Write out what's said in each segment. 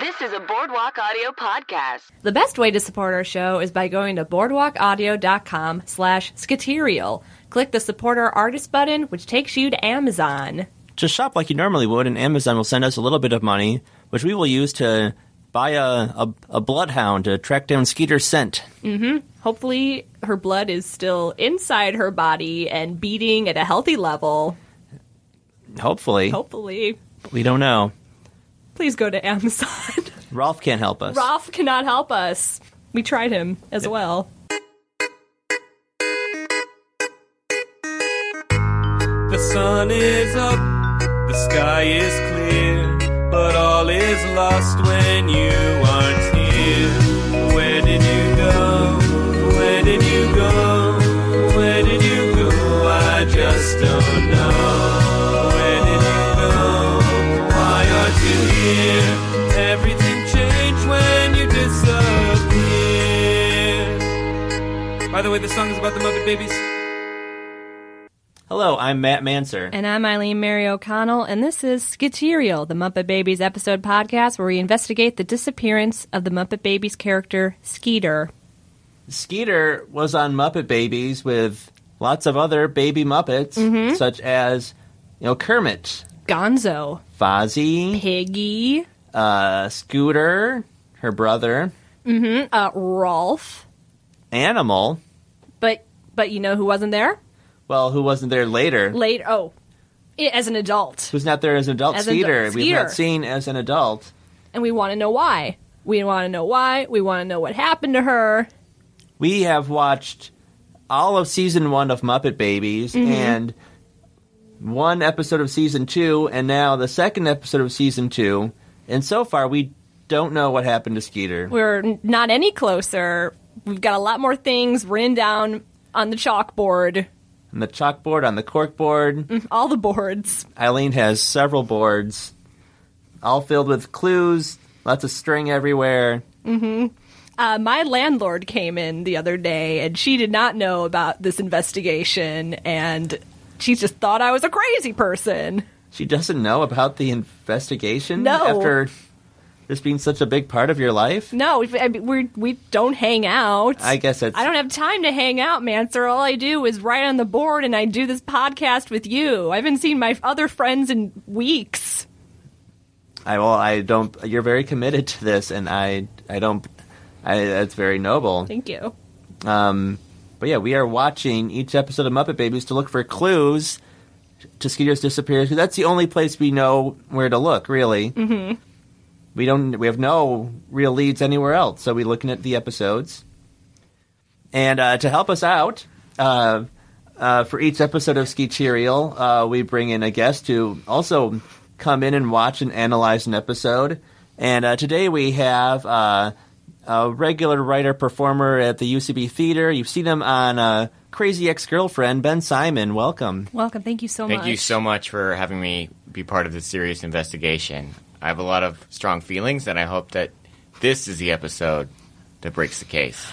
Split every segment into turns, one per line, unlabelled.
This is a Boardwalk Audio podcast.
The best way to support our show is by going to boardwalkaudio.com slash skaterial. Click the Support Our Artist button, which takes you to Amazon.
Just shop like you normally would, and Amazon will send us a little bit of money, which we will use to buy a, a, a bloodhound to track down Skeeter Scent.
Hopefully, her blood is still inside her body and beating at a healthy level.
Hopefully.
Hopefully.
We don't know.
Please go to Amazon.
Rolf can't help us.
Rolf cannot help us. We tried him as well.
The sun is up, the sky is clear, but all is lost when you aren't here. Where did you go? Where did you go? Where did you go? I just don't know. Where did you go? Why aren't you here? Everything changed when you disappeared. By the way, the song is about the Muppet Babies.
Hello, I'm Matt Manser.
And I'm Eileen Mary O'Connell, and this is Skiterial, the Muppet Babies episode podcast where we investigate the disappearance of the Muppet Babies character Skeeter.
Skeeter was on Muppet Babies with lots of other baby Muppets,
Mm-hmm.
such as, you know, Kermit,
Gonzo,
Fozzie,
Piggy,
uh, Scooter, her brother,
uh, Rolf.
Animal.
But but you know who wasn't there?
Well, who wasn't there later?
Late. Oh, i as an adult,
Who's not there as an adult?
As an
Skeeter.
adult-
We've
Skeeter.
not seen as an adult.
and we want to know why. We want to know why. We want to know what happened to her.
we have watched all of season one of Muppet Babies
Mm-hmm.
and one episode of season two, and now the second episode of season two. And so far, we don't know what happened to Skeeter.
We're n- not any closer. We've got a lot more things written down on the chalkboard,
On the chalkboard, on the corkboard,
all the boards.
Eileen has several boards, all filled with clues, lots of string everywhere.
Uh, my landlord came in the other day and she did not know about this investigation and she just thought I was a crazy person.
She doesn't know about the investigation
No.
after this being such a big part of your life.
No, we, I mean, we're, we don't hang out.
I guess it's
I don't have time to hang out, Manser. All I do is write on the board and I do this podcast with you. I haven't seen my other friends in weeks.
I well, I don't. You're very committed to this, and I, I don't. I, that's very noble.
Thank you.
Um, but yeah, we are watching each episode of Muppet Babies to look for clues to Skeeter's disappearance. 'cause That's the only place we know where to look, really. Mm-hmm. We don't. We have no real leads anywhere else, so we're looking at the episodes. And uh, to help us out, uh, uh, for each episode of Ski uh, we bring in a guest to also come in and watch and analyze an episode. And uh, today we have uh, a regular writer performer at the UCB Theater. You've seen him on uh, Crazy Ex Girlfriend, Ben Simon. Welcome.
Welcome. Thank you so much.
Thank you so much for having me be part of this serious investigation. I have a lot of strong feelings, and I hope that this is the episode that breaks the case.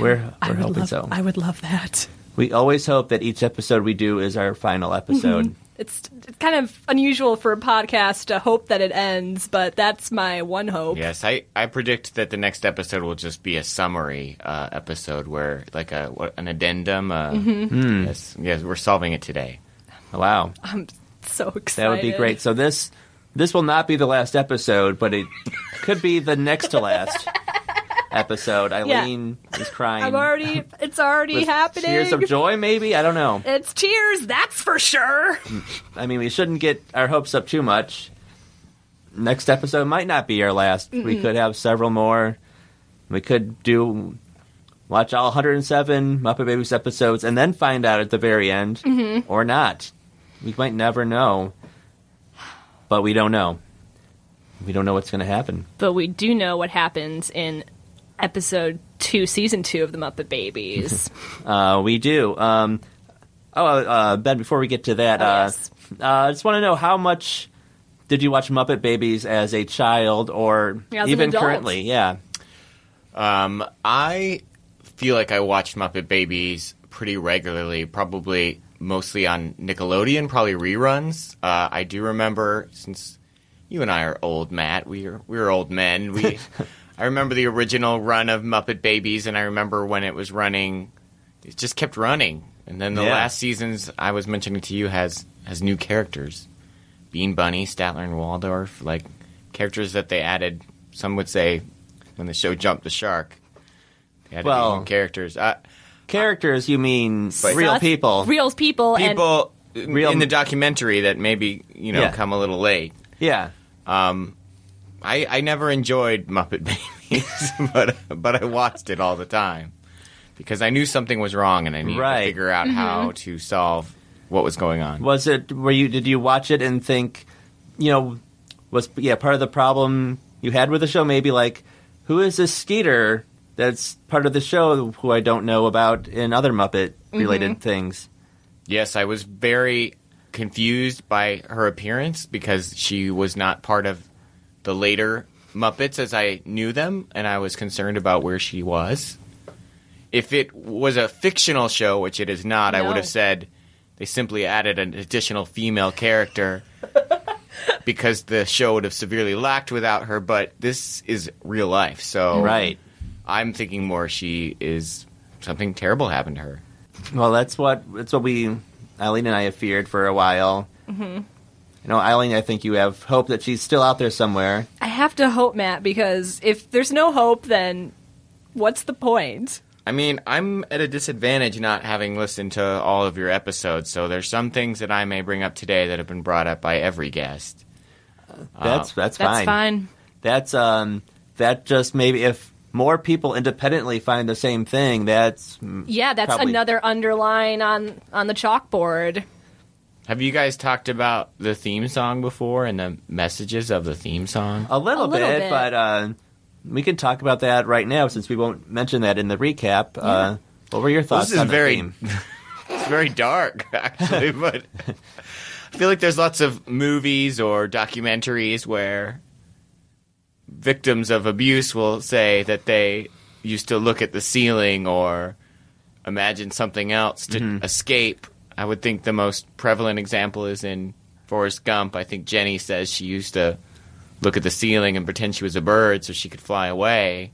We're, we're hoping so.
I would love that.
we always hope that each episode we do is our final episode.
It's it's kind of unusual for a podcast to hope that it ends, but that's my one hope.
Yes, I, I predict that the next episode will just be a summary uh, episode where, like, a what, an addendum. Uh,
Mm-hmm.
yes, yes, we're solving it today.
Wow.
So excited.
That would be great. So this this will not be the last episode, but it could be the next to last episode. Eileen is crying.
I'm already. It's already
with
happening.
Tears of joy, maybe. I don't know.
it's tears. That's for sure.
I mean, we shouldn't get our hopes up too much. Next episode might not be our last. We could have several more. We could do watch all 107 Muppet Babies episodes and then find out at the very end,
Mm-hmm.
or not. We might never know, but we don't know. We don't know what's going to happen.
But we do know what happens in episode two, season two of the Muppet Babies.
Uh, we do. Um, oh, uh, Ben, before we get to that,
Oh,
uh,
yes.
uh, I just want to know how much did you watch Muppet Babies as a child or
As an
even
adult.
currently? Yeah.
Um, I feel like I watched Muppet Babies pretty regularly, probably mostly on Nickelodeon, probably reruns. Uh, I do remember since you and I are old, Matt. We are we are old men. We I remember the original run of Muppet Babies, and I remember when it was running. It just kept running, and then the
Yeah.
last seasons I was mentioning to you has has new characters, Bean Bunny, Statler, and Waldorf, like characters that they added. Some would say when the show jumped the shark, they added
Well-
these new characters. I,
Characters, you mean real
Sus-
people?
real people, and
people
Real-
in the documentary that maybe you know
Yeah.
come a little late.
yeah.
I, I never enjoyed Muppet Babies, but but I watched it all the time because I knew something was wrong and I needed
Right. Mm-hmm.
to figure out how to solve what was going on.
Was it? Were you? Did you watch it and think, you know, was yeah part of the problem you had with the show? Maybe like, who is this Skeeter that's part of the show who I don't know about in other Muppet related things?
Yes, I was very confused by her appearance because she was not part of the later Muppets as I knew them, and I was concerned about where she was. If it was a fictional show, which it is not, I
No.
would have said they simply added an additional female character because the show would have severely lacked without her, but this is real life, so
Right.
I'm thinking more she is something terrible happened to her.
Well, that's what that's what we Eileen and I have feared for a while. Mm-hmm. You know, Eileen, I think you have hope that she's still out there somewhere.
I have to hope, Matt, because if there's no hope, then what's the point?
I mean, I'm at a disadvantage not having listened to all of your episodes, so there's some things that I may bring up today that have been brought up by every guest.
Uh,
Uh, Um,
That's that's fine.
That's fine.
That's um that just maybe if more people independently find the same thing, that's
Yeah, that's
Probably.
another underline on on the chalkboard.
Have you guys talked about the theme song before and the messages of the theme song?
a little,
A little bit.
but uh, we can talk about that right now since we won't mention that in the recap. Uh, what were your thoughts?
this is
on the
very
theme?
it's very dark actually but i feel like there's lots of movies or documentaries where victims of abuse will say that they used to look at the ceiling or imagine something else to escape i would think the most prevalent example is in forrest gump i think jenny says she used to look at the ceiling and pretend she was a bird so she could fly away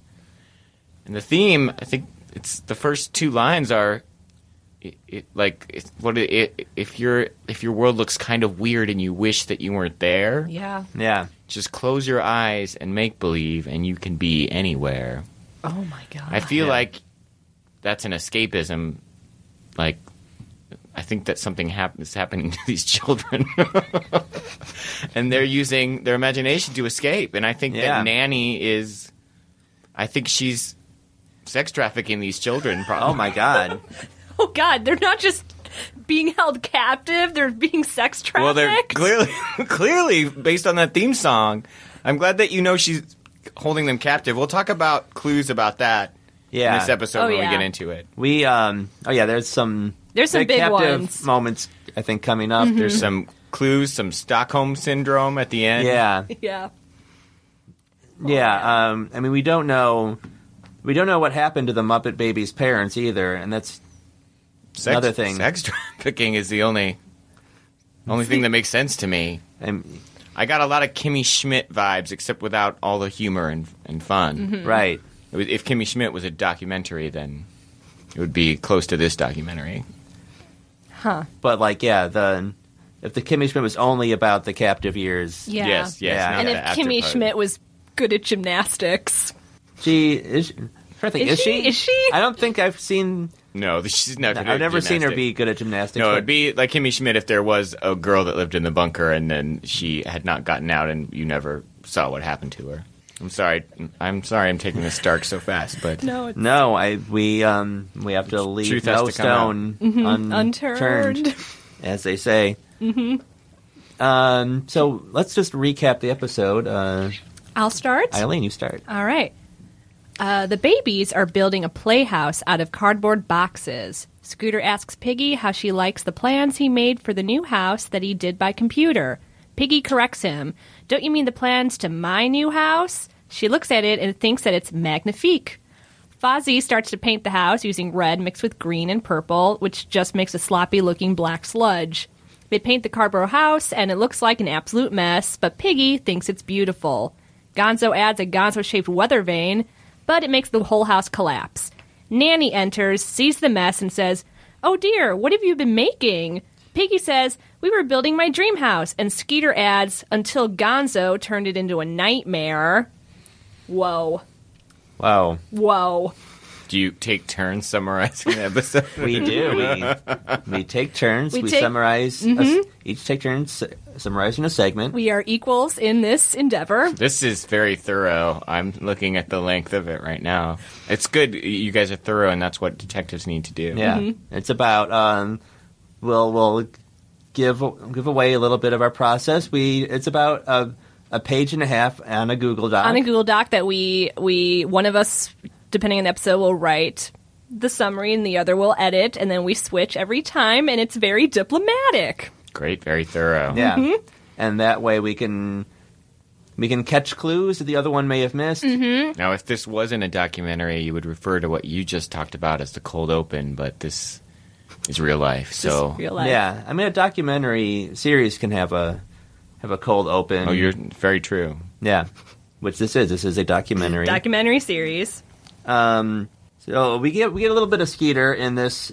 and the theme, I think it's the first two lines are, it, it like it's what it, it, if your if your world looks kind of weird and you wish that you weren't there,
Yeah.
yeah.
just close your eyes and make believe, and you can be anywhere.
Oh my god.
I feel
Yeah.
like that's an escapism. Like, I think that something hap- is happening to these children, and they're using their imagination to escape. And I think
Yeah.
that nanny is. I think she's sex trafficking these children. Probably.
Oh my god.
oh god, they're not just being held captive; they're being sex trafficked.
Well, they're clearly clearly based on that theme song. I'm glad that you know she's holding them captive. We'll talk about clues about that in
Yeah.
this episode
Oh,
when
yeah.
we get into it.
we um oh yeah, there's some
There's some
the
big
captive
ones. Mm-hmm.
moments I think coming up. There's some
Some clues, some Stockholm syndrome at the end.
Mm-hmm. yeah.
yeah.
Yeah, um, I mean, we don't know, we don't know what happened to the Muppet Babies' parents either, and that's
sex,
Another thing.
Sex trafficking is the only only thing that makes sense to me.
I'm,
I got a lot of Kimmy Schmidt vibes, except without all the humor and and fun.
Mm-hmm.
Mm.
right.
It was- if Kimmy Schmidt was a documentary, then it would be close to this documentary.
But like, yeah, the if the Kimmy Schmidt was only about the captive years,
Yeah.
Yes, yes.
Yeah.
not
And
the
if
after
Kimmy
part.
Schmidt was good at gymnastics,
she is. I think,
Is
is,
she- is she?
I don't think I've seen.
No, th- she's not. good
I've
at
never seen her
gymnastics.
be good at gymnastics.
No,
but
it'd be like Kimmy Schmidt if there was a girl that lived in the bunker and then she had not gotten out and you never saw what happened to her. I'm sorry. I'm sorry. I'm taking this dark so fast, but
no, it's
no. I we um we have to leave
Truth has
no
to come out.
stone un-
Mm-hmm. unturned.
turned, as they say. Mm-hmm. Um. So let's just recap the episode. Uh,
I'll start.
Eileen, you start.
All right. Uh, the babies are building a playhouse out of cardboard boxes. Scooter asks Piggy how she likes the plans he made for the new house that he did by computer. Piggy corrects him. Don't you mean the plans to my new house? She looks at it and thinks that it's magnifique. Fozzie starts to paint the house using red mixed with green and purple, which just makes a sloppy looking black sludge. They paint the Carborough house, and it looks like an absolute mess, but Piggy thinks it's beautiful. Gonzo adds a gonzo shaped weather vane, but it makes the whole house collapse. Nanny enters, sees the mess, and says, Oh dear, what have you been making? Piggy says, We were building my dream house, and Skeeter adds, Until Gonzo turned it into a nightmare. Whoa.
Wow.
Whoa.
Do you take turns summarizing the episode?
We do. We, we take turns.
We
We,
take- Mm-hmm.
summarize. a s- each take turns su- summarizing a segment.
We are equals in this endeavor.
this is very thorough. I'm looking at the length of it right now. It's good. You guys are thorough, and that's what detectives need to do.
yeah.
Mm-hmm.
It's about. Um, we'll we'll give give away a little bit of our process. We it's about a, a page and a half on a Google Doc.
on a Google Doc that we we one of us, depending on the episode, will write the summary and the other will edit, and then we switch every time, and it's very diplomatic.
Great. Very thorough.
Yeah.
Mm-hmm.
And that way we can we can catch clues that the other one may have missed.
Mm-hmm.
Now, if this wasn't a documentary, you would refer to what you just talked about as the cold open, but this is real life. So,
Just real life.
Yeah. I mean, a documentary series can have a have a cold open.
oh, you're
Mm-hmm.
very true.
yeah. Which this is. This is a documentary.
documentary series.
Um, so we get we get a little bit of Skeeter in this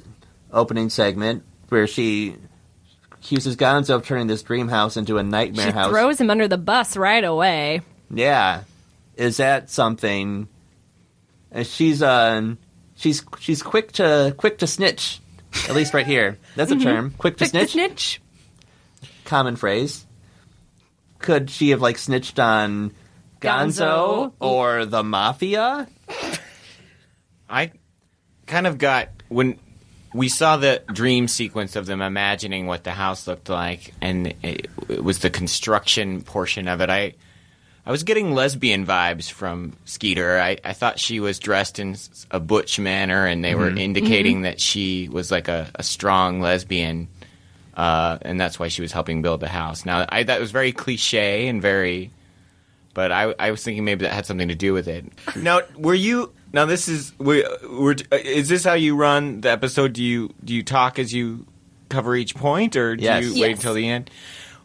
opening segment where she accuses Gonzo of turning this dream house into a nightmare
She
house.
throws him under the bus right away.
yeah, is that something? Uh, she's uh, she's she's quick to quick to snitch. At least right here, that's a term. Mm-hmm. Quick to
Quick to
snitch,
snitch.
common phrase. Could she have like snitched on
Gonzo.
Gonzo, or the mafia?
I kind of got when we saw the dream sequence of them imagining what the house looked like, and it, it was the construction portion of it. I I was getting lesbian vibes from Skeeter. I, I thought she was dressed in s- a butch manner, and they were indicating that she was like a, a strong lesbian. Uh, and that's why she was helping build the house. Now, I, that was very cliche and very but I, I was thinking maybe that had something to do with it. Now, were you? Now, this is we were. uh, Is this how you run the episode? Do you do you talk as you cover each point, or do
Yes.
you
Yes.
wait until the end?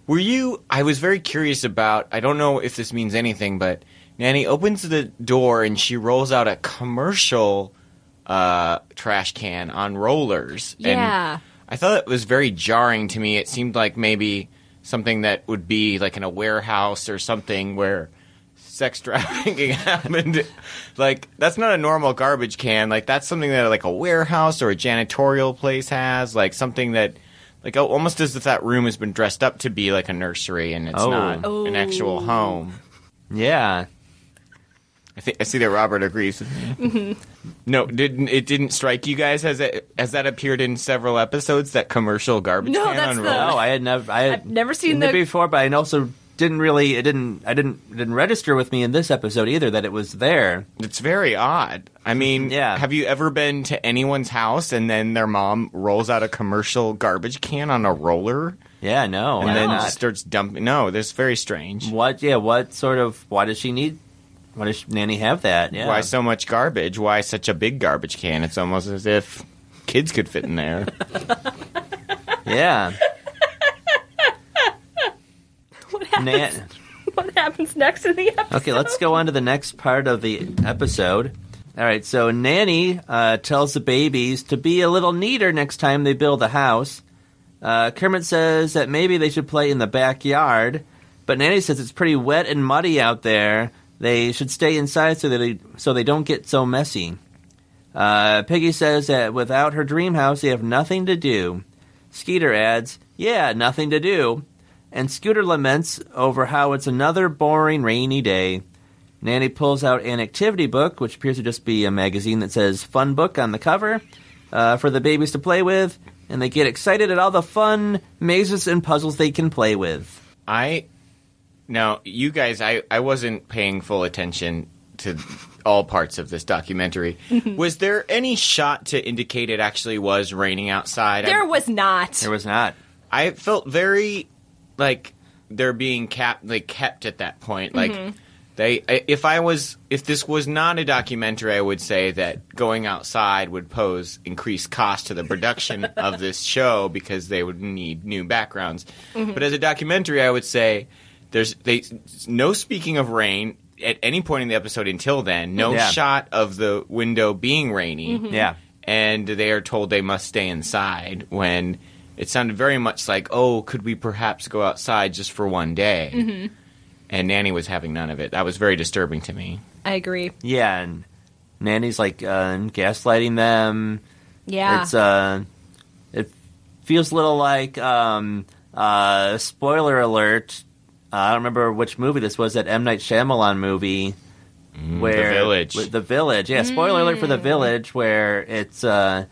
Were you? I was very curious about. I don't know if this means anything, but Nanny opens the door and she rolls out a commercial uh, trash can on rollers. And
Yeah.
I thought it was very jarring to me. It seemed like maybe something that would be like in a warehouse or something where sex trafficking happened. Like that's not a normal garbage can. Like that's something that like a warehouse or a janitorial place has. Like something that like oh, almost as if that room has been dressed up to be like a nursery and it's
Oh.
not an actual
Oh.
home.
Yeah,
I, think, I see that Robert agrees with me.
Mm-hmm.
No, didn't it didn't strike you guys as it as that appeared in several episodes that commercial garbage
No,
can
that's
on
the-
roll?
No, I had never. Oh. I had
I've never seen
it
the-
before, but I also didn't really. It didn't. I didn't. it Didn't register with me in this episode either that it was there.
It's very odd. I mean,
Mm-hmm. Yeah.
have you ever been to anyone's house and then their mom rolls out a commercial garbage can on a roller
Yeah, no.
and
I
then
did not.
starts dumping? No, that's very strange.
What? Yeah. What sort of? Why does she need? Why does Nanny have that? Yeah.
Why so much garbage? Why such a big garbage can? It's almost as if kids could fit in there.
Yeah.
What happens?
Nan-
What happens next in the episode?
okay, let's go on to the next part of the episode. All right, so Nanny uh, tells the babies to be a little neater next time they build a house. Uh, Kermit says that maybe they should play in the backyard, but Nanny says it's pretty wet and muddy out there. They should stay inside so that they so they don't get so messy. Uh, Piggy says that without her dream house, they have nothing to do. Skeeter adds, "Yeah, nothing to do." and Scooter laments over how it's another boring rainy day. Nanny pulls out an activity book, which appears to just be a magazine that says Fun Book on the cover, uh, for the babies to play with, and they get excited at all the fun mazes and puzzles they can play with.
I now you guys, I I wasn't paying full attention to all parts of this documentary. was there any shot to indicate it actually was raining outside? I-
There was not.
There was not.
I felt very like they're being kept like kept at that point. Like They, I- if I was, if this was not a documentary, I would say that going outside would pose increased cost to the production of this show because they would need new backgrounds. But as a documentary, I would say there's they no speaking of rain at any point in the episode until then. No
Yeah.
shot of the window being rainy
Yeah.
and they are told they must stay inside when it sounded very much like, oh, could we perhaps go outside just for one day? Mm-hmm. And Nanny was having none of it. That was very disturbing to me.
I agree.
Yeah, and Nanny's like uh, gaslighting them.
Yeah.
It's uh, it feels a little like um, uh, spoiler alert. Uh, I don't remember which movie this was. That M Night Shyamalan movie. where
Mm, The Village.
with The village, yeah. Spoiler alert for the
Mm.
village, where it's uh,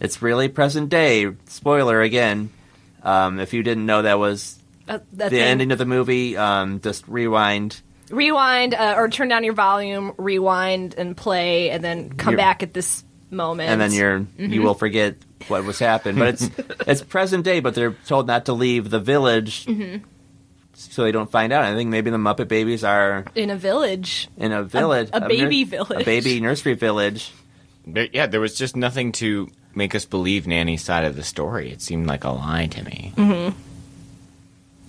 it's really present day. Spoiler again. Um, if you didn't know, that was
Uh,
the
that thing-
ending of the movie. Um, just rewind.
Rewind uh, or turn down your volume, rewind and play, and then come
You're-
back at this moment.
and then you're
Mm-hmm.
you will forget what was happened. But it's it's present day, but they're told not to leave the village,
Mm-hmm.
so they don't find out. I think maybe the Muppet Babies are
in a village.
in a village,
a baby
a
village.
baby nursery village.
There, yeah, there was just nothing to make us believe Nanny's side of the story. It seemed like a lie to me.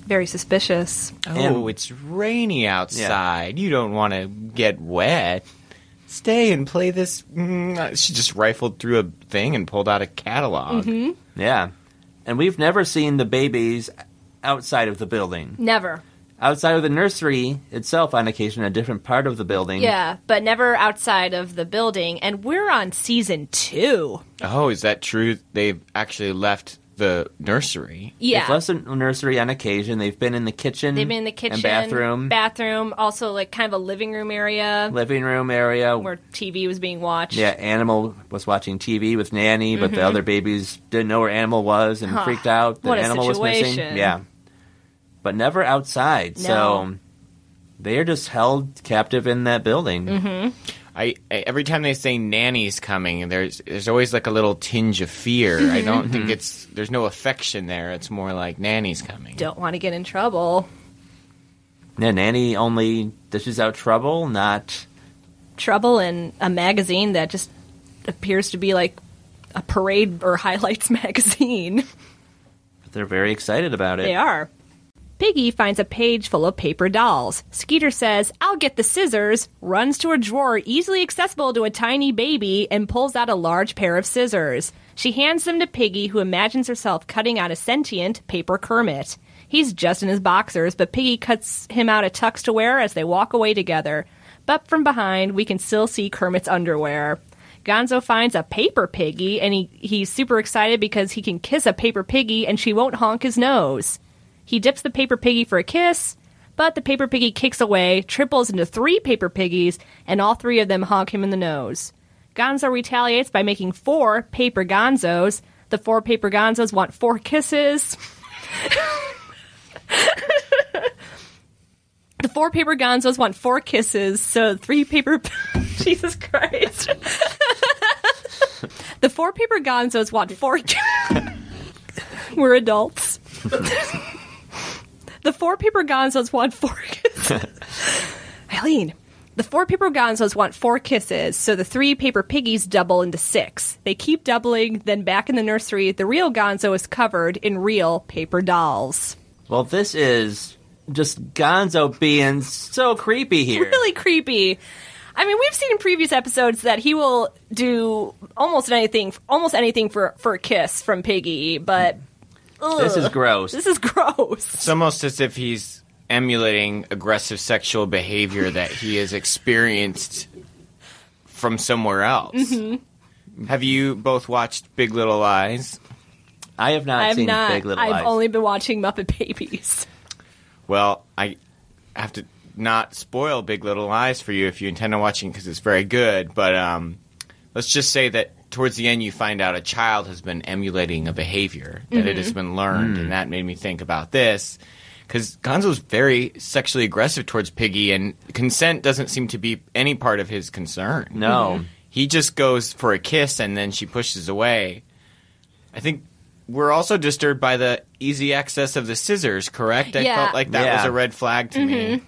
Very suspicious.
Oh, it's rainy outside. You don't want to get wet. Stay and play this. Mm, she just rifled through a thing and pulled out a catalog.
Yeah, and we've never seen the babies outside of the building,
Never.
Mm-hmm. outside of the nursery itself. On occasion, a different part of the building.
Yeah, but never outside of the building. And we're on season two.
Oh, is that true? They've actually left the nursery.
Yeah.
They've left the nursery on occasion. They've been in the kitchen.
They've been in the kitchen,
and bathroom,
bathroom, also like kind of a living room area
living room area,
where TV was being watched.
Yeah, Animal was watching TV with Nanny, but the other babies didn't know where Animal was and freaked out that
Mm-hmm. What a
Animal was missing.
situation.
Yeah. But never outside. So
No.
they are just held captive in that building.
Mm-hmm.
I, I every time they say nanny's coming, there's there's always like a little tinge of fear. I don't think it's there's no affection there. It's more like nanny's coming.
Don't want to get in trouble.
Yeah, Nanny only dishes out trouble, not
Trouble in a magazine that just appears to be like a parade or highlights magazine.
they're very excited about it.
They are. Piggy finds a page full of paper dolls. Skeeter says, I'll get the scissors, runs to a drawer easily accessible to a tiny baby, and pulls out a large pair of scissors. She hands them to Piggy, who imagines herself cutting out a sentient paper Kermit. He's just in his boxers, but Piggy cuts him out a tux to wear as they walk away together. But from behind, we can still see Kermit's underwear. Gonzo finds a paper piggy and he, he's super excited because he can kiss a paper piggy and she won't honk his nose. He dips the paper piggy for a kiss, but the paper piggy kicks away, triples into three paper piggies, and all three of them honk him in the nose. Gonzo retaliates by making four paper gonzos. The four paper gonzos want four kisses. the four paper gonzos want four kisses, so three paper. Jesus Christ. the four paper gonzos want four. We're adults. the four paper gonzos want four kisses. Eileen. The four paper gonzos want four kisses, so the three paper piggies double into six. They keep doubling, then back in the nursery, the real gonzo is covered in real paper dolls.
Well, this is just Gonzo being so creepy here.
really creepy. I mean, we've seen in previous episodes that he will do almost anything, almost anything for for a kiss from Piggy, but
Hmm. This is
ugh,
gross.
this is gross.
It's almost as if he's emulating aggressive sexual behavior that he has experienced from somewhere else. Have you both watched Big Little Lies?
I have not
I've
seen
not.
Big Little
I've
Lies.
only been watching Muppet Babies.
Well, I have to not spoil Big Little Lies for you if you intend on watching because it's very good. But um, let's just say that towards the end, you find out a child has been emulating a behavior that it has been learned, and that made me think about this because Gonzo's very sexually aggressive towards Piggy, and consent doesn't seem to be any part of his concern.
No.
He just goes for a kiss and then she pushes away. I think we're also disturbed by the easy access of the scissors, correct? I
Yeah.
felt like that
Yeah.
Mm-hmm.
was a red flag to me.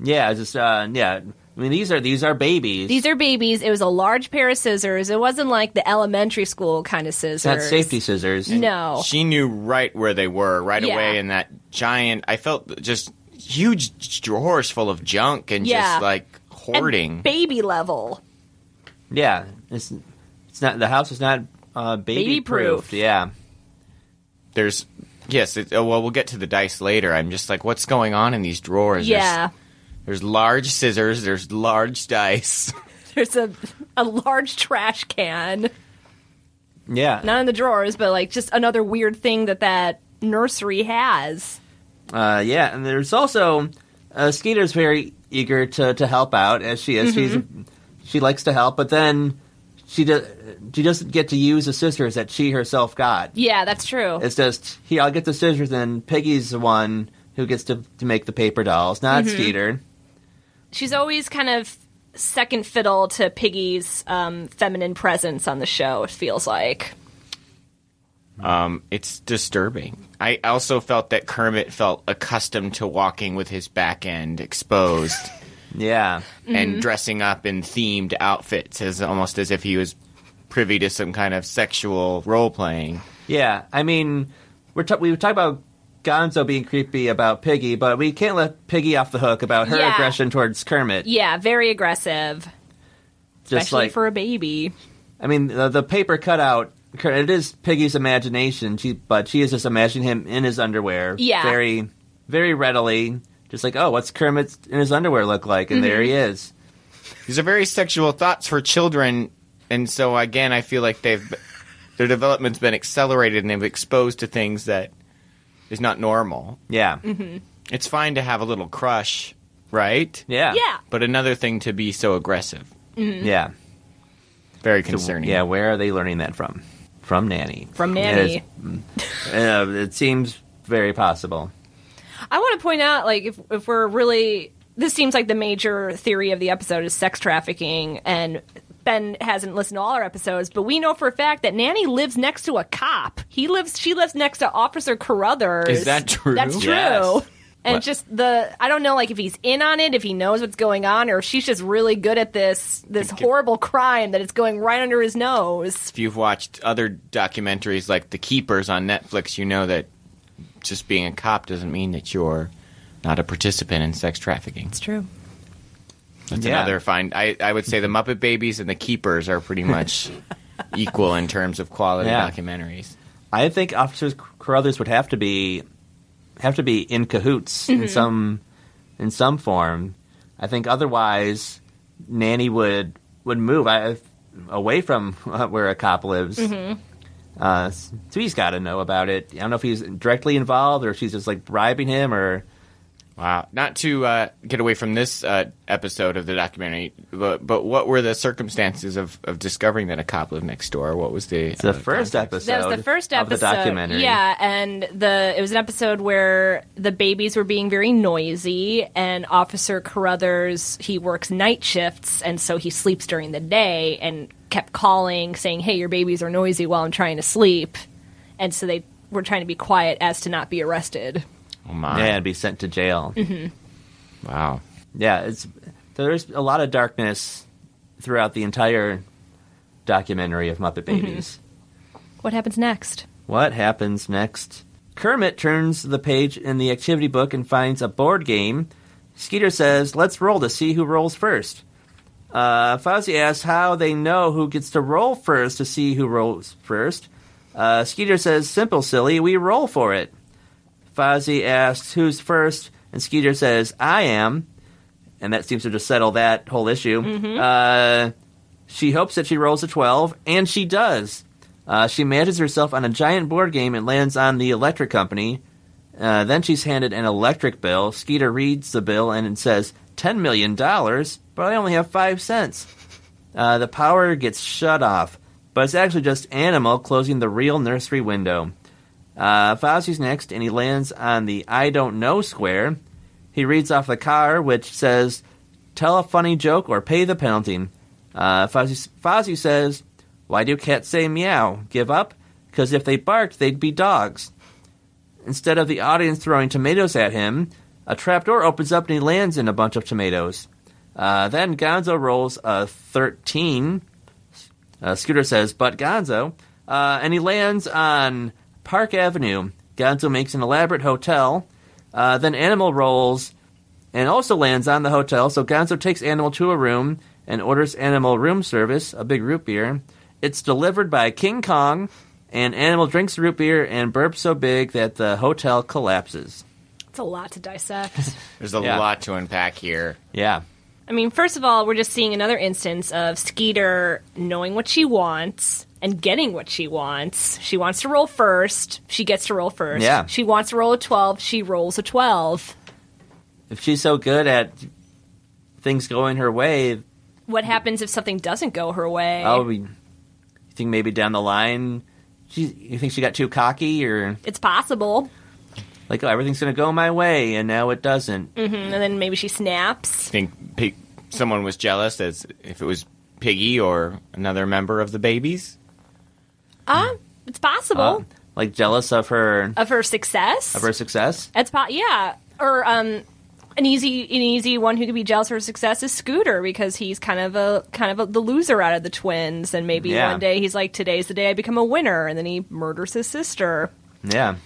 Yeah, just uh, yeah. I mean, these are these are babies.
These are babies. It was a large pair of scissors. It wasn't like the elementary school kind of scissors.
It's not safety scissors.
No.
She knew right where they were right
Oh. Yeah.
away in that giant. I felt just huge drawers full of junk and
Yeah.
just like hoarding.
At baby level.
Yeah, it's it's not the house is not uh, baby,
Baby-proof.
proofed. Yeah,
There's yes. It, oh, well, we'll get to the dice later. I'm just like, what's going on in these drawers?
yeah.
There's, there's large scissors. There's large dice.
There's a a large trash can.
yeah.
Not in the drawers, but like just another weird thing that that nursery has.
Uh, yeah, and there's also uh, Skeeter's very eager to, to help out as she is. She's she likes to help, but then she do, she doesn't get to use the scissors that she herself got.
Yeah, that's true.
It's just here I'll get the scissors, and Piggy's the one who gets to, to make the paper dolls, not Skeeter.
She's always kind of second fiddle to Piggy's um, feminine presence on the show, it feels like.
Um, it's disturbing. I also felt that Kermit felt accustomed to walking with his back end exposed
Yeah,
and dressing up in themed outfits as almost as if he was privy to some kind of sexual role playing.
yeah. I mean, we're ta- we talk about Gonzo being creepy about Piggy, but we can't let Piggy off the hook about her
Yeah.
aggression towards Kermit.
Yeah, very aggressive.
just
especially
like
for a baby.
I mean, the, the paper cutout. It is Piggy's imagination, she, but she is just imagining him in his underwear.
Yeah.
Very, very readily. Just like, oh, what's Kermit in his underwear look like? And there he
Mm-hmm.
is.
These are very sexual thoughts for children, and so again, I feel like they've their development's been accelerated and they've exposed to things that is not normal.
Yeah.
Mm-hmm.
It's fine to have a little crush, right?
Yeah.
Yeah.
But another thing to be so aggressive,
Yeah.
very concerning.
Yeah. Where are they learning that from? From Nanny.
From
Yeah,
Nanny.
it's- uh, it seems very possible.
I want to point out, like, if, if we're really. This seems like the major theory of the episode is sex trafficking, and Ben hasn't listened to all our episodes, but we know for a fact that Nanny lives next to a cop. He lives. She lives next to Officer Carruthers.
Is that true?
That's true.
Yes.
And
What-
just the I don't know like if he's in on it, if he knows what's going on, or if she's just really good at this this horrible crime that it's going right under his nose.
if you've watched other documentaries like The Keepers on Netflix, you know that just being a cop doesn't mean that you're not a participant in sex trafficking.
It's true.
That's
Yeah.
another find. I, I would say The Muppet Babies and The Keepers are pretty much equal in terms of quality
Yeah.
documentaries.
I think Officer Carruthers would have to be have to be in cahoots
Mm-hmm.
in some in some form. I think otherwise Nanny would would move I, away from where a cop lives.
Mm-hmm.
Uh, so he's got to know about it. I don't know if he's directly involved or if she's just like bribing him or
Wow. Not to uh, get away from this uh, episode of the documentary, but, but what were the circumstances of, of discovering that a cop lived next door? What was the.
the
uh,
first
context?
episode.
That was the first
of
episode.
the documentary.
Yeah, and the it was an episode where the babies were being very noisy, and Officer Carruthers he works night shifts, and so he sleeps during the day, and kept calling saying, "Hey, your babies are noisy while I'm trying to sleep," and so they were trying to be quiet as to not be arrested.
Oh, my.
Yeah, and be sent to jail.
Wow.
yeah, it's there's a lot of darkness throughout the entire documentary of Muppet Babies.
What happens next?
What happens next? Kermit turns the page in the activity book and finds a board game. Skeeter says, Let's roll to see who rolls first. Uh, Fozzie asks how they know who gets to roll first to see who rolls first. Uh, Skeeter says, Simple, silly, we roll for it. Fozzie asks, Who's first? And Skeeter says, I am. And that seems to just settle that whole issue. Uh, she hopes that she rolls a 12, and she does. Uh, she manages herself on a giant board game and lands on the electric company. Uh, then she's handed an electric bill. Skeeter reads the bill and it says $10 million, but I only have 5 cents. Uh, the power gets shut off, but it's actually just Animal closing the real nursery window. Uh, Fozzie's next, and he lands on the I don't know square. He reads off the car, which says, Tell a funny joke or pay the penalty. Uh, Fozzie, Fozzie says, Why do cats say meow? Give up? Because if they barked, they'd be dogs. Instead of the audience throwing tomatoes at him, A trapdoor opens up and he lands in a bunch of tomatoes. Uh, then Gonzo rolls a 13. Uh, Scooter says, but Gonzo. Uh, and he lands on Park Avenue. Gonzo makes an elaborate hotel. Uh, then Animal rolls and also lands on the hotel. So Gonzo takes Animal to a room and orders Animal room service, a big root beer. It's delivered by King Kong, and Animal drinks the root beer and burps so big that the hotel collapses.
It's a lot to dissect.
There's a
Yeah.
lot to unpack here.
Yeah.
I mean, first of all, we're just seeing another instance of Skeeter knowing what she wants and getting what she wants. She wants to roll first. She gets to roll first.
Yeah.
She wants to roll a 12. She rolls a 12.
If she's so good at things going her way,
What happens if something doesn't go her way?
oh, we, you think maybe down the line, she, you think she got too cocky or
It's possible.
like, oh, everything's going to go my way, and now it doesn't.
And then maybe she snaps.
I think pig- someone was jealous as if it was Piggy or another member of the babies.
Ah, it's possible.
Uh, like, jealous of her,
of her success.
Uh. of her success.
That's po- yeah. Or um, an easy an easy one who could be jealous of her success is Scooter because he's kind of a kind of a, the loser out of the twins, and maybe
Yeah.
one day he's like, "Today's the day I become a winner," and then he murders his sister.
Yeah.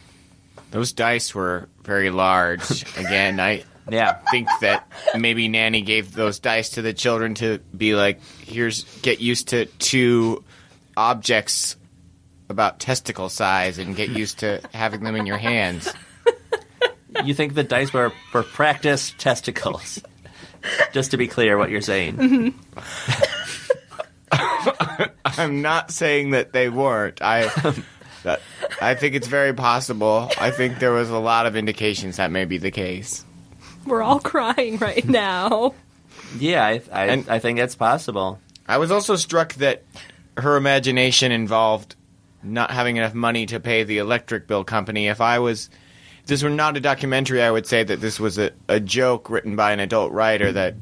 Those dice were very large. Again, I
Yeah.
think that maybe Nanny gave those dice to the children to be like, here's get used to two objects about testicle size and get used to having them in your hands.
you think the dice were for practice testicles. Just to be clear what you're saying.
I'm not saying that they weren't. I that- I think it's very possible. I think there was a lot of indications that may be the case.
We're all crying right now.
yeah, I, I,
And-
I think that's possible.
I was also struck that her imagination involved not having enough money to pay the electric bill company. If I was if this were not a documentary, I would say that this was a, a joke written by an adult writer that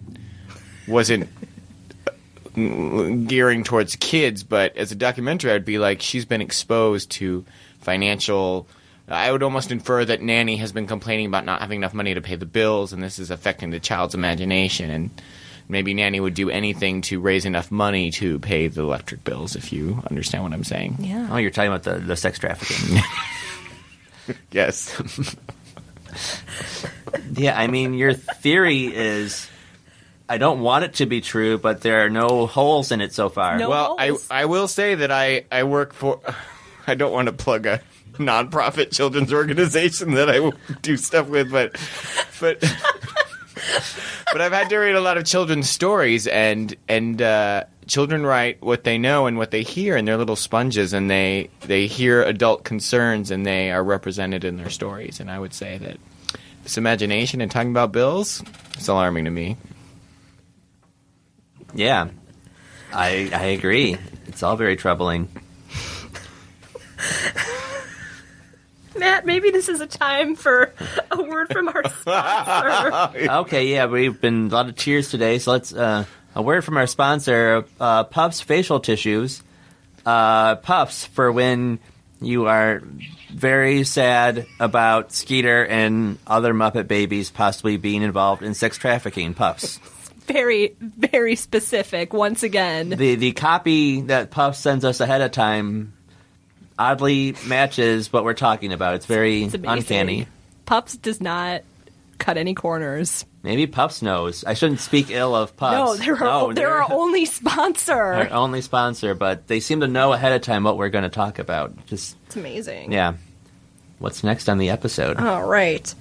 wasn't gearing towards kids, but as a documentary, I'd be like, she's been exposed to financial. I would almost infer that Nanny has been complaining about not having enough money to pay the bills, and this is affecting the child's imagination. And maybe Nanny would do anything to raise enough money to pay the electric bills, if you understand what I'm saying.
Yeah.
Oh, you're talking about the, the sex trafficking.
Yes.
yeah, I mean, your theory is I don't want it to be true, but there are no holes in it so far.
No.
well, I,
always.
I will say that I, I work for. I don't want to plug a nonprofit children's organization that I do stuff with, but but but I've had to read a lot of children's stories, and and uh, children write what they know and what they hear, and they're little sponges, and they they hear adult concerns, and they are represented in their stories. And I would say that this imagination and talking about bills, it's alarming to me.
Yeah, I, I agree. It's all very troubling.
Matt, maybe this is a time for a word from our sponsor.
Okay, yeah, we've been a lot of tears today, so let's uh, a word from our sponsor, uh, Puffs Facial Tissues. Uh, Puffs for when you are very sad about Skeeter and other Muppet babies possibly being involved in sex trafficking. Puffs.
very, very specific once again.
The the copy that Puffs sends us ahead of time oddly matches what we're talking about. It's very
It's amazing.
uncanny.
Pups does not cut any corners.
Maybe Puffs knows. I shouldn't speak ill of Puffs.
No, they're
No,
our, they're
they're-
our only sponsor.
our only sponsor, but they seem to know ahead of time what we're going to talk about. Just
It's amazing.
yeah, what's next on the episode?
All right.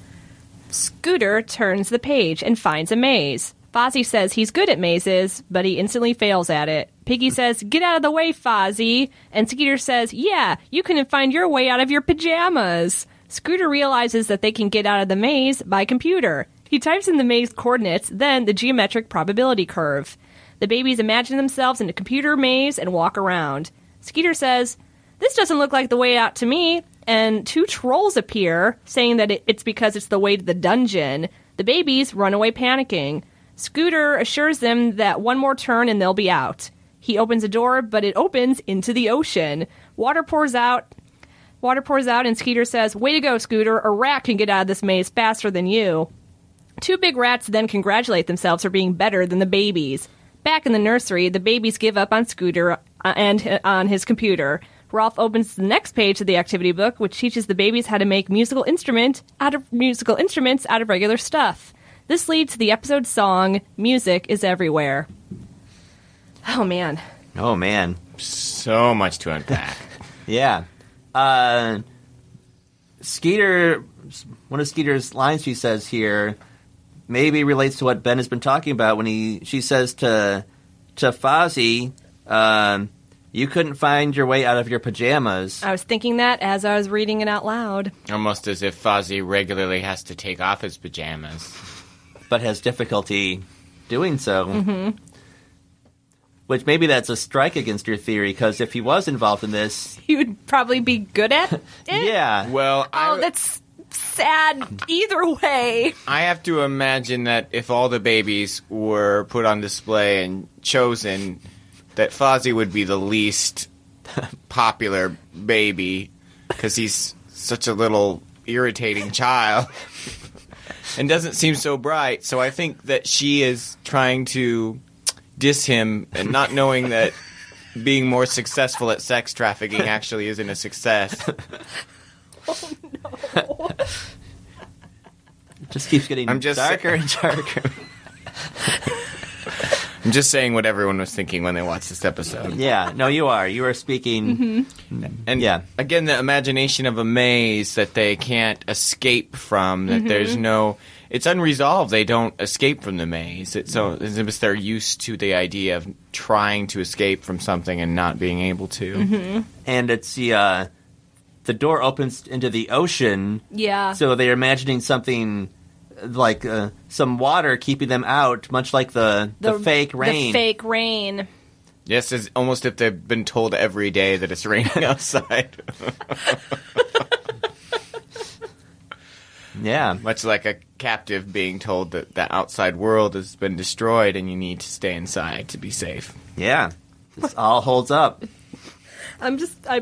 Scooter turns the page and finds a maze. Fozzie says he's good at mazes, but he instantly fails at it. Piggy says, Get out of the way, Fozzie. And Skeeter says, Yeah, you can find your way out of your pajamas. Scooter realizes that they can get out of the maze by computer. He types in the maze coordinates, then the geometric probability curve. The babies imagine themselves in a computer maze and walk around. Skeeter says, this doesn't look like the way out to me. And two trolls appear, saying that it, it's because it's the way to the dungeon. The babies run away panicking. Scooter assures them that one more turn and they'll be out. He opens a door, but it opens into the ocean. Water pours out. Water pours out, and Skeeter says, Way to go, Scooter. A rat can get out of this maze faster than you. Two big rats then congratulate themselves for being better than the babies. Back in the nursery, the babies give up on Scooter uh, and h- on his computer. Rolf opens the next page of the activity book, which teaches the babies how to make musical instrument out of musical instruments out of regular stuff. This leads to the episode's song "Music is Everywhere." Oh man,
Oh man,
So much to unpack.
yeah. Uh, Skeeter, one of Skeeter's lines she says here, maybe relates to what Ben has been talking about when he she says to to Fozzie, um, "You couldn't find your way out of your pajamas."
I was thinking that as I was reading it out loud.
Almost as if Fozzie regularly has to take off his pajamas.
but has difficulty doing so. Which maybe that's a strike against your theory because if he was involved in this,
You would probably be good at it.
Eh. yeah,
Well,
Oh,
I,
that's sad. Either way.
I have to imagine that if all the babies were put on display and chosen, that Fozzie would be the least popular baby because he's such a little irritating child and doesn't seem so bright. So I think that she is trying to diss him and not knowing that being more successful at sex trafficking actually isn't a success.
it just keeps getting
I'm just-
darker and darker.
I'm just saying what everyone was thinking when they watched this episode.
yeah, no, you are. You are speaking.
And
Yeah.
again, the imagination of a maze that they can't escape from. That there's no, it's unresolved. They don't escape from the maze. It's so it's just they're used to the idea of trying to escape from something and not being able to.
And it's the uh, the door opens into the ocean,
Yeah.
so they're imagining something like uh, some water keeping them out, much like the the, fake rain.
The fake rain.
Yes, it's almost if they've been told every day that it's raining outside,
Yeah,
much like a captive being told that the outside world has been destroyed and you need to stay inside to be safe.
yeah. This all holds up.
I'm just I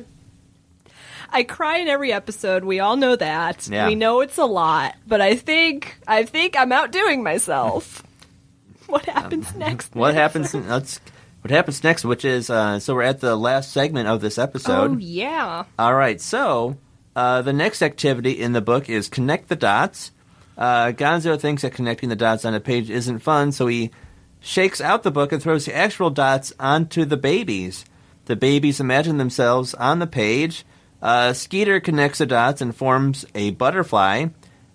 I cry in every episode. We all know that.
Yeah.
We know it's a lot, but I think I think I'm outdoing myself. what happens next?
Um, What happens? That's what happens next, which is uh, so we're at the last segment of this episode.
Oh yeah.
All right, so uh, the next activity in the book is connect the dots. Uh, Gonzo thinks that connecting the dots on a page isn't fun, so he shakes out the book and throws the actual dots onto the babies. The babies imagine themselves on the page. Uh, Skeeter connects the dots and forms a butterfly.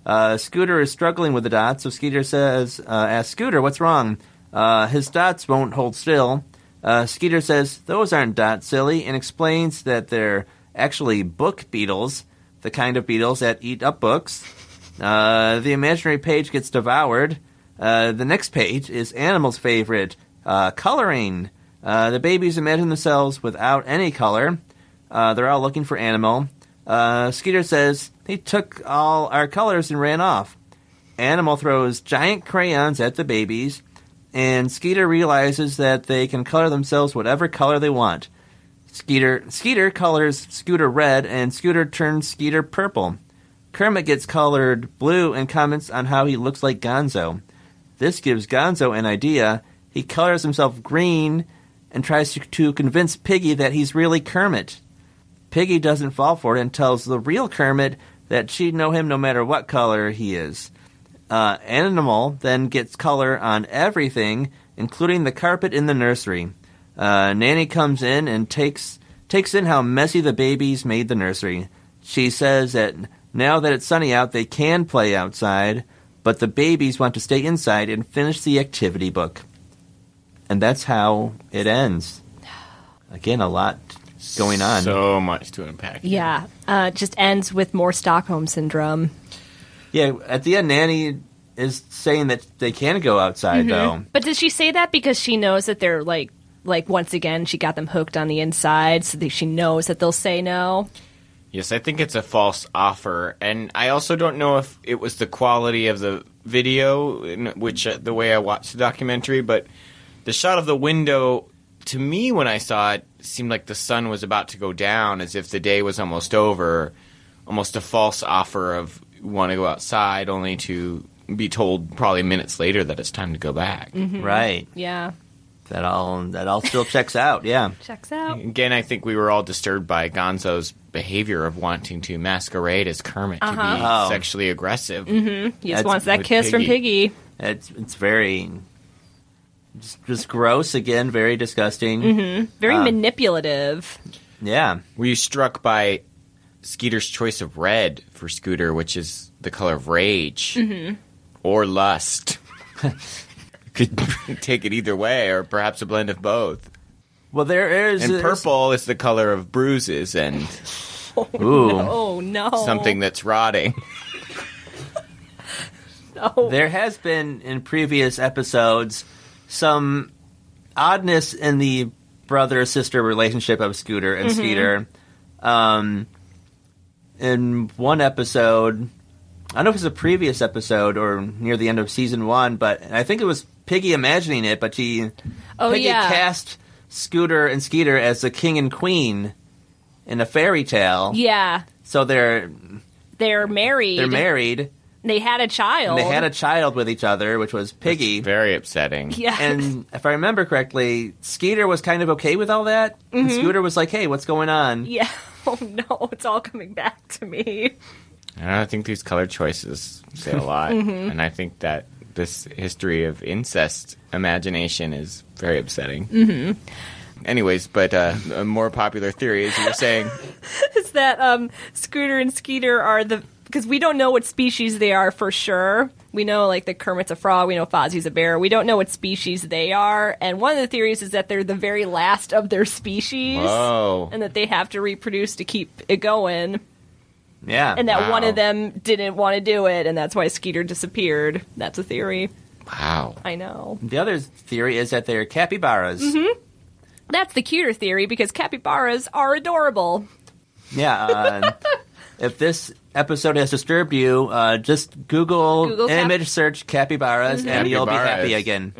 Uh, Scooter is struggling with the dots, so Skeeter says, uh, "Ask Scooter, what's wrong? Uh, his dots won't hold still." Uh, Skeeter says, "Those aren't dots, silly," and explains that they're actually book beetles, the kind of beetles that eat up books. Uh, the imaginary page gets devoured. Uh, the next page is Animal's favorite uh, coloring. Uh, the babies imagine themselves without any color. Uh, they're all looking for Animal. Uh, Skeeter says, They took all our colors and ran off. Animal throws giant crayons at the babies, and Skeeter realizes that they can color themselves whatever color they want. Skeeter Skeeter colors Scooter red, and Scooter turns Skeeter purple. Kermit gets colored blue and comments on how he looks like Gonzo. This gives Gonzo an idea. He colors himself green and tries to, to convince Piggy that he's really Kermit. Piggy doesn't fall for it and tells the real Kermit that she'd know him no matter what color he is. Uh, Animal then gets color on everything, including the carpet in the nursery. Uh, Nanny comes in and takes takes in how messy the babies made the nursery. She says that now that it's sunny out, they can play outside, but the babies want to stay inside and finish the activity book. And that's how it ends. Again, a lot going on.
So much to unpack.
Yeah. Uh it just ends with more Stockholm syndrome.
Yeah, at the end, Nanny is saying that they can go outside though.
But does she say that because she knows that they're like like once again she got them hooked on the inside so that she knows that they'll say no?
Yes, I think it's a false offer, and I also don't know if it was the quality of the video, in which uh, the way I watched the documentary, but the shot of the window to me when I saw it seemed like the sun was about to go down, as if the day was almost over, almost a false offer of want to go outside, only to be told probably minutes later that it's time to go back.
Mm-hmm. Right.
Yeah.
That all that all still checks out. Yeah.
Checks out.
Again, I think we were all disturbed by Gonzo's behavior of wanting to masquerade as Kermit to be
Oh.
sexually aggressive.
He just
That's
wants that
with
kiss from
Piggy.
Piggy.
It's it's very just, just gross again, very disgusting.
Very
Um,
manipulative.
Yeah.
Were you struck by Skeeter's choice of red for Scooter, which is the color of rage
Mm-hmm.
or lust? Could take it either way, or perhaps a blend of both.
Well, there is
And purple is the color of bruises and
Ooh.
Oh no.
something that's rotting.
Oh.
There has been in previous episodes some oddness in the brother sister relationship of Scooter
Mm-hmm.
and Skeeter. Um, in one episode, I don't know if it was a previous episode or near the end of season one, but I think it was Piggy imagining it, but she
Oh,
Piggy
yeah.
cast Scooter and Skeeter as the king and queen in a fairy tale.
Yeah.
So they're
They're married.
they're married.
They had a child.
And they had a child with each other, which was Piggy.
Very upsetting.
yeah.
and if I remember correctly, Skeeter was kind of okay with all that. And Scooter was like, "Hey, what's going on?"
Mm-hmm. yeah. Oh no, it's all coming back to me.
I don't know, I think these color choices say a lot,
Mm-hmm.
and I think that this history of incest imagination is very upsetting. Mm-hmm. Anyways, but uh, a more popular theory is you were saying
Is that um Scooter and Skeeter are the because we don't know what species they are for sure. We know like the Kermit's a frog, we know Fozzie's a bear. We don't know what species they are. And one of the theories is that they're the very last of their species
Oh,
and that they have to reproduce to keep it going.
Yeah,
and that
Wow.
one of them didn't want to do it, and that's why Skeeter disappeared. That's a theory.
wow.
I know.
the other theory is that they're capybaras.
Mm-hmm. That's the cuter theory because capybaras are adorable.
Yeah. Uh, if this episode has disturbed you, uh, just Google,
Google cap- Mm-hmm. Mm.
image search capybaras, and you'll be
Capybaras.
happy again.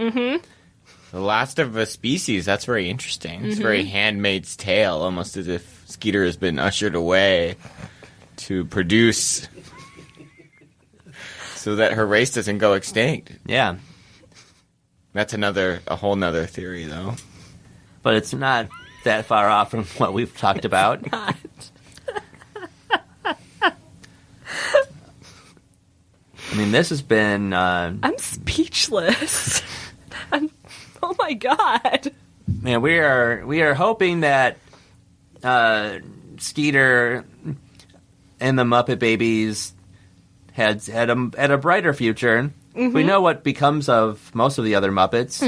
The last of a species, that's very interesting. It's
Mm-hmm.
very handmaid's tale, almost as if Skeeter has been ushered away to produce so that her race doesn't go extinct.
Yeah,
That's another, a whole nother theory, though.
but it's not that far off from what we've talked about.
Uh,
I mean, this has been. Uh,
I'm speechless. I'm, oh my god.
Man, we are we are hoping that uh, Skeeter and the Muppet Babies had had a, had a brighter future. We know what becomes of most of the other Muppets.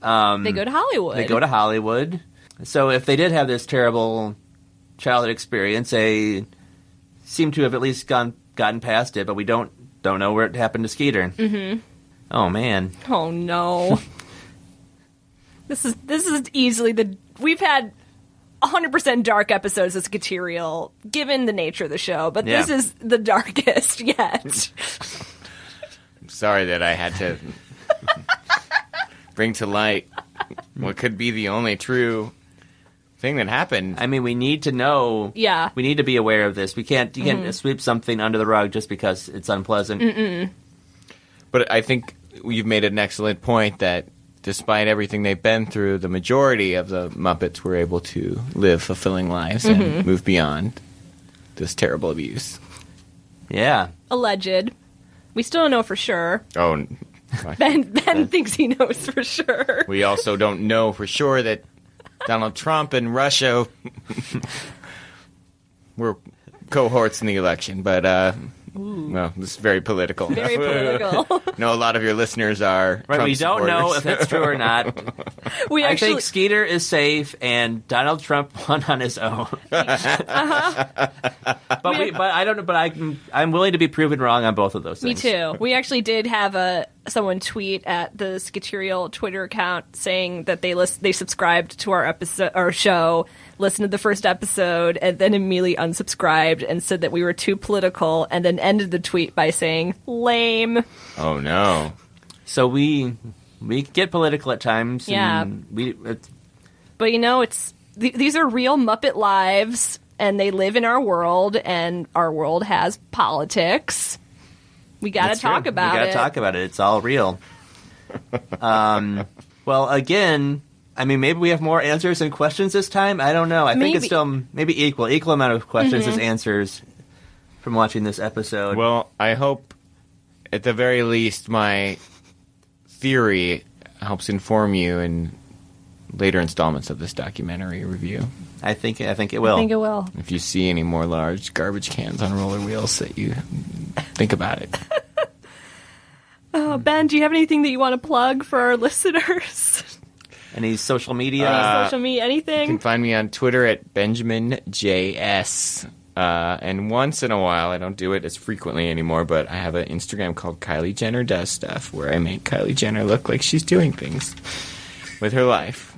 Um,
They go to Hollywood.
they go to Hollywood. So if they did have this terrible childhood experience, they seem to have at least gone gotten past it. But we don't don't know where it happened to Skeeter. Mm-hmm. Oh man,
Oh no. this is this is easily the we've had 100% dark episodes of Skaterial, given the nature of the show, but this
Yeah.
is the darkest yet.
Sorry that I had to bring to light what could be the only true thing that happened.
I mean, we need to know.
yeah.
we need to be aware of this. We can't you
Mm-hmm.
can't sweep something under the rug just because it's unpleasant.
But I think you've made an excellent point that despite everything they've been through, the majority of the Muppets were able to live fulfilling lives and
Mm-hmm.
move beyond this terrible abuse.
Yeah,
alleged. We still don't know for sure.
Oh, n-
Ben Ben thinks he knows for sure.
we also don't know for sure that Donald Trump and Russia were cohorts in the election, but uh, well, this is very political.
Very political.
know a lot of your listeners are
right.
Trump
we don't know
supporters.
if that's true or not.
We
I
actually
think Skeeter is safe and Donald Trump won on his own.
Uh-huh.
but we, but I don't know. But I can- I'm willing to be proven wrong on both of those.
me
things.
too. We actually did have a someone tweet at the Skaterial Twitter account saying that they list they subscribed to our episode our show, listened to the first episode, and then immediately unsubscribed and said that we were too political, and then ended the tweet by saying lame.
Oh no!
So we we get political at times.
Yeah.
and we it's,
But you know, it's th- these are real Muppet lives, and they live in our world, and our world has politics. We got to
That's
talk
true.
about
you gotta
it.
talk about it. It's all real. um, well, again, I mean, maybe we have more answers and questions this time. I don't know. I think
Maybe. Mm-hmm.
it's still maybe equal equal amount of questions as answers from watching this episode.
Well, I hope at the very least my theory helps inform you in later installments of this documentary review.
I think I think it
I
will.
think it will.
If you see any more large garbage cans on roller wheels, that you think about it.
Oh, Ben, do you have anything that you want to plug for our listeners?
Any social media?
Any social media,
You can
anything?
find me on Twitter at BenjaminJS. Uh, and once in a while, I don't do it as frequently anymore, but I have an Instagram called Kylie Jenner Does Stuff where I make Kylie Jenner look like she's doing things with her life.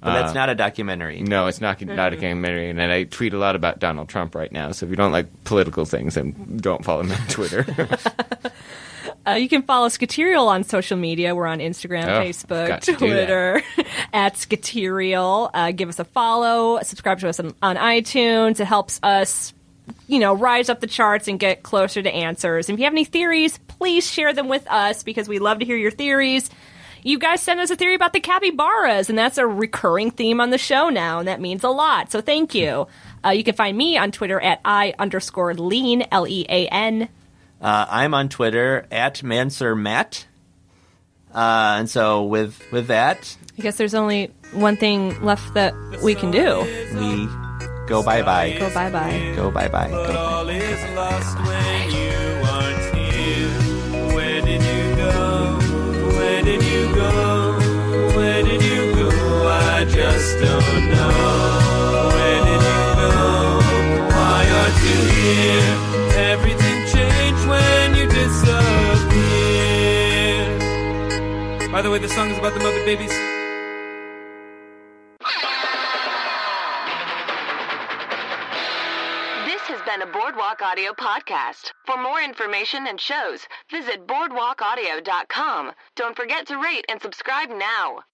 but that's not a documentary.
No, it's not, not a documentary, and I tweet a lot about Donald Trump right now, so if you don't like political things, then don't follow me on Twitter.
Uh, you can follow Skaterial on social media. We're on Instagram,
Oh,
Facebook,
forgot to do
Twitter, at Skaterial. Uh, give us a follow. Subscribe to us on, on iTunes. It helps us, you know, rise up the charts and get closer to answers. And if you have any theories, please share them with us because we love to hear your theories. You guys sent us a theory about the capybaras, and that's a recurring theme on the show now, and that means a lot. So thank you. Uh, you can find me on Twitter at I underscore lean, L E A N.
Uh, I'm on Twitter at Mansur Matt. Uh, and so with with that,
I guess there's only one thing left that we can do.
we go bye bye.
Go bye bye.
Go bye bye. Go
But
bye.
all is lost when you aren't here. Where did you go? Where did you go? Where did you go? I just don't know. Where did you go? Why aren't you here? Everything changed when you disappeared. By the way, the song is about the mother babies.
This has been a Boardwalk Audio podcast. For more information and shows, visit boardwalkaudio.com. Don't forget to rate and subscribe now.